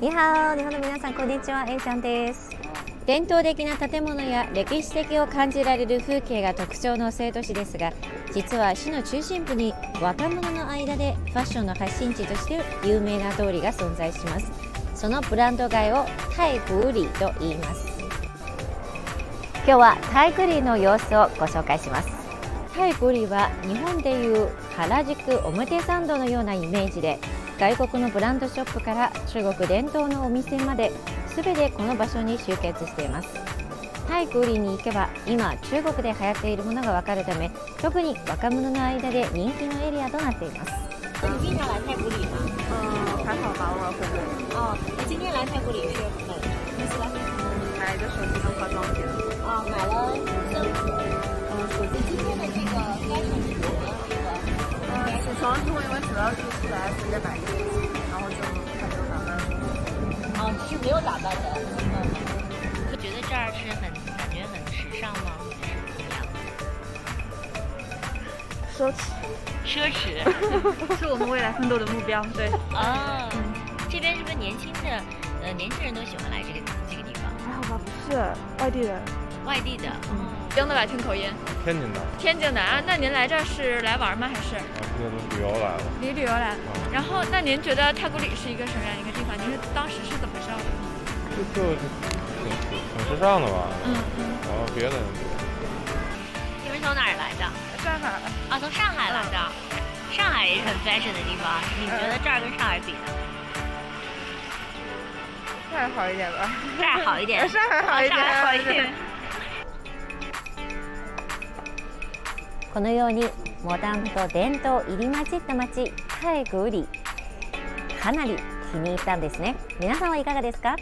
你好、日本の皆さん、こんにちは、A ちゃんです。伝統的な建物や歴史的を感じられる風景が特徴の生都市ですが実は市の中心部に若者の間でファッションの発信地として有名な通りが存在しますそのブランド街をタイグリーと言います今日はタイグリーの様子をご紹介しますタイグリーは日本でいう原宿表参道のようなイメージで外国のブランドショップから中国伝統のお店まですべてこの場所に集結していますタイグリに行けば今中国で流行っているものがわかるため特に若者の間で人気のエリアとなっています你今天来太古里吗？嗯，还好吧，偶尔会会。哦，你今天来太古里是买你是来嗯买买的手机跟化妆品。啊、买了像嗯手机今天的这个 fashion 是什么这个？嗯，起床之后因为主要是出来随便买衣服，然后就开始打扮。哦，你是没有打扮的。嗯，会觉得这儿是很感觉很时尚吗？还是怎么样？奢侈。奢侈是我们未来奋斗的目标。对，哦，这边是不是年轻的呃年轻人都喜欢来这个这个地方？还好吧，不是外地人。外地的，哦江的来听口音，天津的，天津的啊。那您来这儿是来玩吗？还是啊，今天都旅游来了。旅旅游来？然后，那您觉得太古里是一个什么样一个地方？您是当时是怎么知道的？就就挺挺时尚的吧。嗯然后别的也没有你们从哪儿来的？上海的。啊，从上海来的。上海也是很 fashion 的地方，你觉得这儿跟上海比呢？再好一点吧。这儿好一点，上海好一点，上海好一点。このようにモダンと伝統入り混じった街タイグリかなり気に入ったんですね皆さんはいかがですか